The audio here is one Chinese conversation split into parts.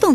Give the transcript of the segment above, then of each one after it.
懂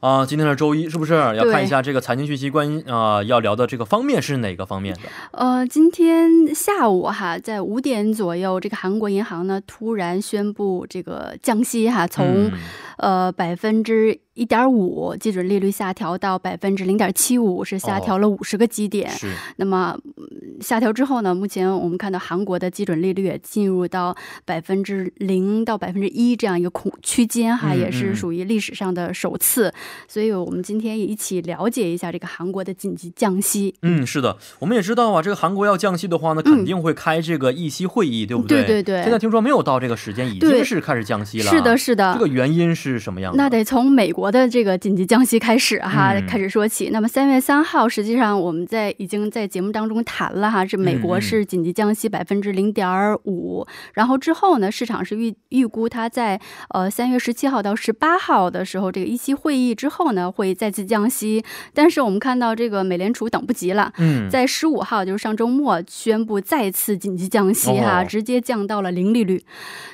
啊、今天是周一，是不是要对看一下这个财经讯息关嗯啊、要聊的这个方面是哪个方面的？呃，今天下午哈，在五点左右，这个韩国银行呢突然宣布这个降息哈，从、嗯呃百分之一点五基准利率下调到百分之零点七五，是下哦调了五十个基点。是那么嗯下调之后呢，目前我们看到韩国的基准利率也进入到百分之零到百分之一这样一个空区间哈，嗯也嗯是属于历史上的首次。所以我们今天也一起了解一下这个韩国的紧急降息。嗯，是的，我们也知道啊，这个韩国要降息的话呢，肯定会开这个议息会议，对不对对对对现在听说没有到这个时间，已对经是开始降息了。啊是的，，是的。这个原因是什么样的？那得从美国的这个紧急降息开始哈，嗯开始说起。那么三月三号，实际上我们在已经在节目当中谈了哈，是美嗯国嗯是紧急降息百分之零点五，然后之后呢，市场是预预估它在呃三月十七号到十八号的时候，这个议息会议之后呢会再次降息。但是我们看到这个美联储等不及了，嗯，在十五号，就是上周末宣布再次紧急降息哈、哦直接降到了零利率。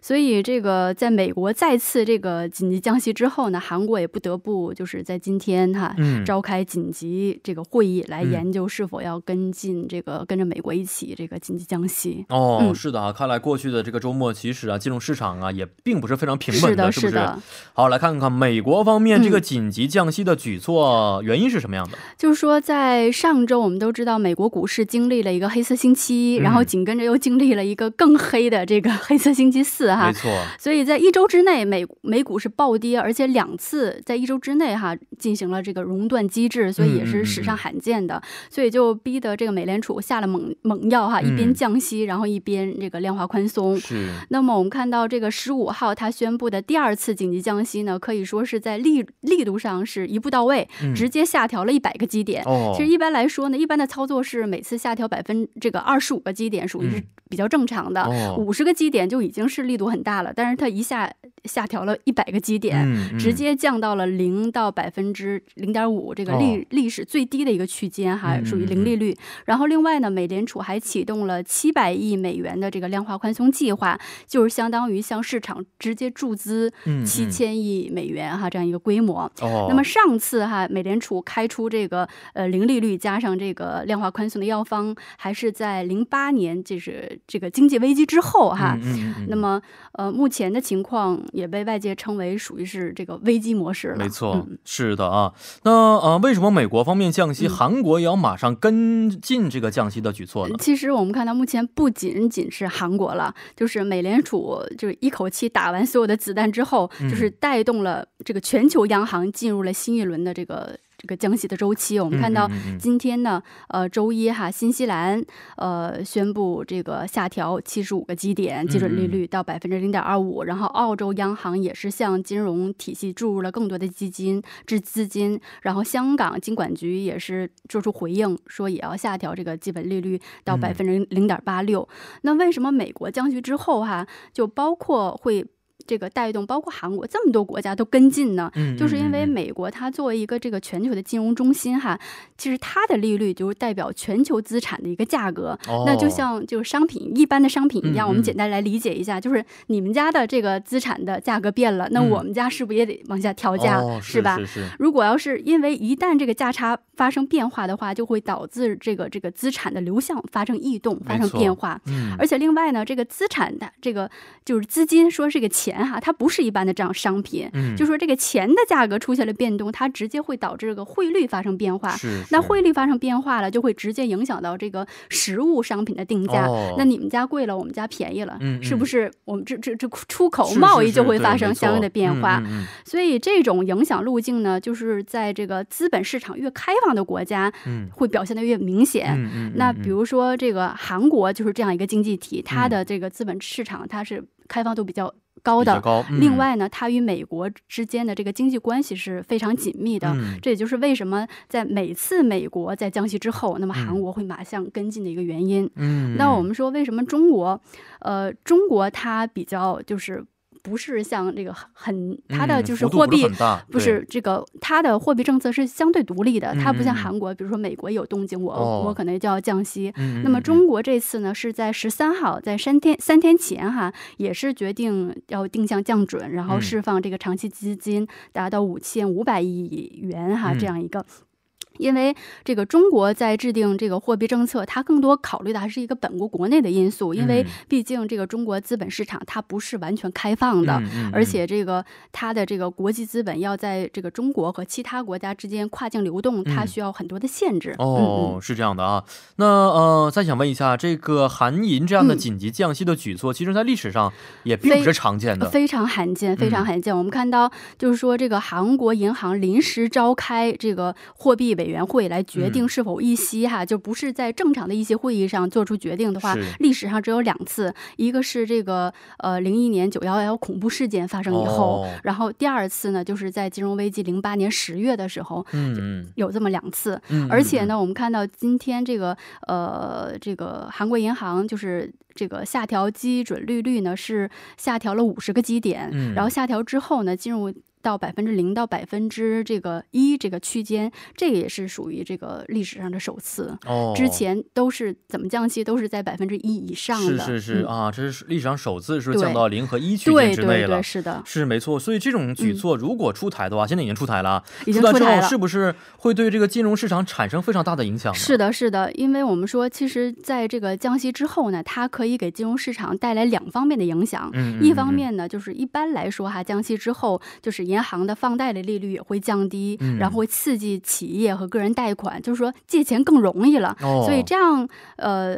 所以这个在美国再次这个紧急降息之后呢，韩国也不得不就是在今天哈、嗯召开紧急这个会议来嗯研究是否要跟进这个跟着美国一起这个紧急降息。哦、嗯是的啊，看来过去的这个周末，其实啊，金融市场啊也并不是非常平是稳的，是不是是？的，好，来看看美国方面嗯这个紧急降息的举措、原因是什么样的？就是说，在上周我们都知道，美国股市经历了一个黑色星期一，嗯然后紧跟着又经历了一个更黑的这个黑色星期四哈没。错，所以在一周之内，美美股是暴跌，而且两次在一周之内哈进行了这个熔断机制，所以也嗯是史上罕见的。所以就逼得这个美联储下了猛猛药哈，嗯一边降息，然后一边这个量化宽松。是那么我们看到这个十五号他宣布的第二次紧急降息呢，可以说是在力力度上是一步到位，嗯直接下调了一百个基点。哦，其实一般来说呢，一般的操作是每次下调百分这个二十五个基点，属于是嗯比较正常的。哦，五十个基点就已经是力度很大了，但是它一下下调了一百个基点。嗯嗯直接降到了零到百分之零点五，这个历、哦历史最低的一个区间哈嗯，属于零利率。然后另外呢，美联储还启动了七百亿美元的这个量化宽松计划，就是相当于向市场直接注资嗯嗯七千亿美元哈这样一个规模。哦，那么上次哈，美联储开出这个呃零利率加上这个量化宽松的药方，还是在零八年，就是这个经济危机之后哈。嗯嗯嗯嗯那么，呃，目前的情况也被外界称为属于是这个危机模式了。没错，嗯是的啊。那呃，为什么美国方面降息，嗯韩国也要马上跟进这个降息的举措呢？其实我们看到，目前不仅仅是韩国了，就是美联储就是一口气打完所有的子弹之后，嗯就是带动了这个全球央行进入了新一轮的这个这个降息的周期。我们看到嗯嗯嗯嗯今天呢，呃，周一哈，新西兰呃宣布这个下调七十五个基点基准利率嗯到百分之零点二五，然后澳洲央行也是向金融体系注入了更多的基金至资金，然后香港金管局也是做出回应，说也要下调这个基本利率到嗯百分之零点八六。那为什么美国降息之后哈、就包括会这个带动，包括韩国这么多国家都跟进呢？嗯就是因为嗯嗯美国它作为一个这个全球的金融中心哈，其实它的利率就是代表全球资产的一个价格。哦那就像就是商品一般的商品一样，嗯我们嗯简单来理解一下，就是你们家的这个资产的价格变了，那嗯我们家是不是也得往下调价，哦、是吧？是是如果要是因为一旦这个价差发生变化的话，就会导致这个这个资产的流向发生异动，发没生错变化。嗯，而且另外呢，这个资产的这个就是资金，说这个钱哈，它不是一般的这样商品，嗯就说这个钱的价格出现了变动，它直接会导致这个汇率发生变化。是那是汇率发生变化了，就会直接影响到这个实物商品的定价。哦那你们家贵了，我们家便宜了，嗯嗯是不是？我们这这这出口是是哦贸易是就会对发没生错相应的变化。嗯嗯所以这种影响路径呢，就是在这个资本市场越开放的国家，嗯会表现得越明显。嗯嗯嗯呃那嗯比如说这个韩国就是这样一个经济体，它的这个资本市场它是开放度比较高比较的。高。嗯另，外呢，它与美国之间的这个经济关系是非常紧密的。嗯这也就是为什么在每次美国在降息之后，那么韩国会马上跟进的一个原因。嗯，那我们说，为什么中国，呃，中国它比较就是不是像这个很它的嗯就是幅度货不是币很大不是这个，它的货币政策是相对独立的，它不像嗯嗯嗯韩国，比如说美国有动静，我、哦我可能就要降息。对嗯那么嗯中国这次呢，是在十三号，在三天三天前哈，也是决定要定向降准，然后嗯释放这个长期基金达到五千五百亿元哈，嗯这样一个。因为这个中国在制定这个货币政策，它更多考虑的还是一个本国国内的因素，因为嗯毕竟这个中国资本市场它不是完全开放的，嗯嗯而嗯且这个它的这个国际资本要在这个中国和其他国家之间跨境流动，它嗯需要很多的限制。嗯哦，是这样的啊。那呃，再想问一下，这个韩银这样的嗯紧急降息的举措，其实在历史上也并不非是常见的。呃嗯非常罕见，非常罕见。我们看到，就是说这个韩国银行临时召开这个货币委员会来决嗯定是否议息哈，就不是在正常的议席会议上做出决定的话是，历史上只有两次，一个是这个呃零一年九幺幺恐怖事件发生以后，哦然后第二次呢就是在金融危机零八年十月的时候。嗯有这么两次，嗯嗯，而且嗯，呢，我们看到今天这个呃，这个韩国银行就是这个下调基准利率呢是下调了五十个基点，嗯然后下调之后呢，进入。到百分之零到百分之这个一这个区间，这也是属于这个历史上的首次。哦，之前都是怎么降息，都是在百分之一以上是的。是是、嗯啊，这是历史上首次是对降到零和一区间对之内对了对，。是嗯的，是没错，所以这种举措如果出台的话，现在已经出台了，啊已经出台出之台后了是不是会对这个金融市场产生非常大的影响呢？是的，是的，因为我们说，其实在这个降息之后呢，它可以给金融市场带来两方面的影响。嗯，嗯，一方嗯面呢，就是一般来说哈，降息之后，就是银行的放贷的利率也会降低，嗯然后会刺激企业和个人贷款，就是说借钱更容易了。哦，所以这样，呃。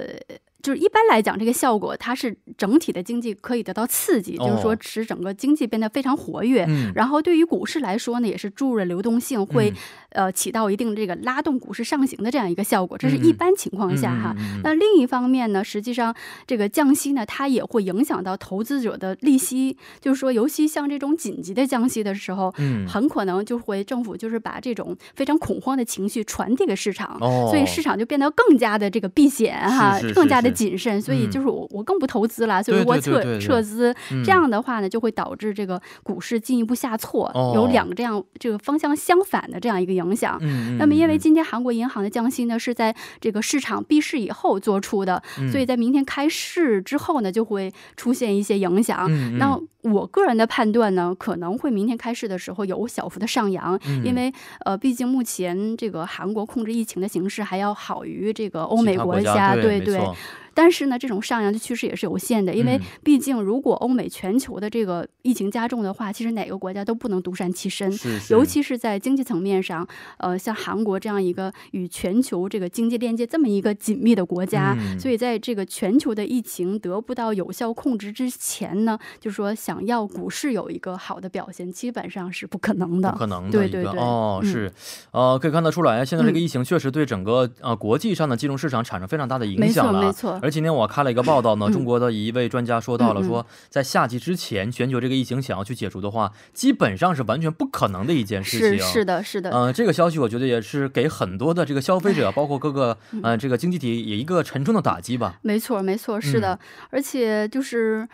就是一般来讲，这个效果它是整体的经济可以得到刺激，就是哦说使整个经济变得非常活跃。嗯，然后对于股市来说呢，也是注入了流动性，会嗯、呃起到一定这个拉动股市上行的这样一个效果，这是嗯嗯一般情况下嗯哈。，嗯嗯嗯那另一方面呢，实际上这个降息呢，它也会影响到投资者的利息，就是说，尤其像这种紧急的降息的时候，嗯很可能就会政府就是把这种非常恐慌的情绪传递给市场。哦，所以市场就变得更加的这个避险哈，是是是更加的是谨慎，所以嗯就是我我更不投资了，所以对我对对撤对对撤资，嗯这样的话呢，就会导致这个股市进一步下挫，哦有两个这样这个方向相反的这样一个影响。嗯，嗯那么，因为嗯今天韩国银行的降息呢是在这个市场闭市以后做出的，嗯所以在明天开市之后呢，就会出现一些影响。嗯嗯啊那我个人的判断呢，可能会明天开市的时候有小幅的上扬，嗯因为呃，毕竟目前这个韩国控制疫情的形势还要好于这个欧其美他国国家，对对没对。错但是呢，这种上扬的趋势也是有限的，因为嗯毕竟如果欧美全球的这个疫情加重的话，其实哪个国家都不能独善其身。是是，尤其是在经济层面上，呃，像韩国这样一个与全球这个经济链接这么一个紧密的国家，嗯所以在这个全球的疫情得不到有效控制之前呢，就是说想要股市有一个好的表现，基本上是不可能的。不可能的对一个对对哦，嗯是，呃，可以看得出来，现在这个疫情确实对整个呃国际上的金融市场产生非常大的影没响错，了没啊。错。而今天我看了一个报道呢，嗯中国的一位专家说到了嗯嗯说，在夏季之前，全球这个疫情想要去解除的话，基本上是完全不可能的一件事是情。是的，是的，嗯、这个消息我觉得也是给很多的这个消费者，包括各个嗯、呃这个经济体也一个沉重的打击吧。没错，没错，是嗯的，而且就是，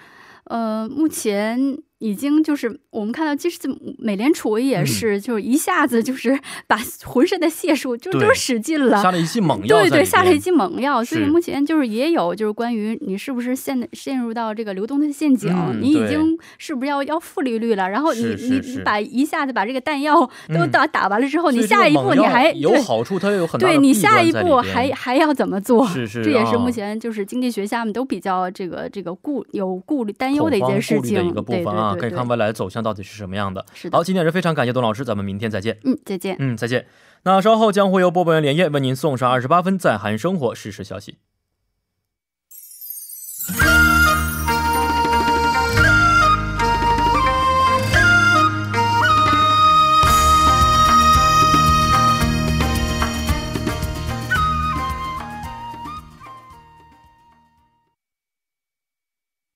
呃，目前已经就是我们看到，即使美联储也嗯是，就是一下子就是把浑身的解数就对都使尽了，下了一剂猛药在对里对，边，下了一剂猛药，所以是目前就是也有就是关于你是不是陷陷入到这个流动的陷阱，嗯你已对经是不是要要负利率了？然后你是是你是你把一下子把这个弹药都嗯打、打完了之后，所以你这个下一步猛你药还有对好处，它又有很大的对你弊下端一在里步边还还要怎么做？是是这也是啊目前就是经济学家们都比较这个这个顾有顾虑担忧恐的一慌件顾事虑的情。一个部对分啊，可对对以看对未来走向到底是什么样的。是的好，，今天也是非常感谢董老师，咱们明天再见。嗯，再见。嗯，再见。那稍后将会由播报员连夜为您送上二十八分在韩生活实时消息。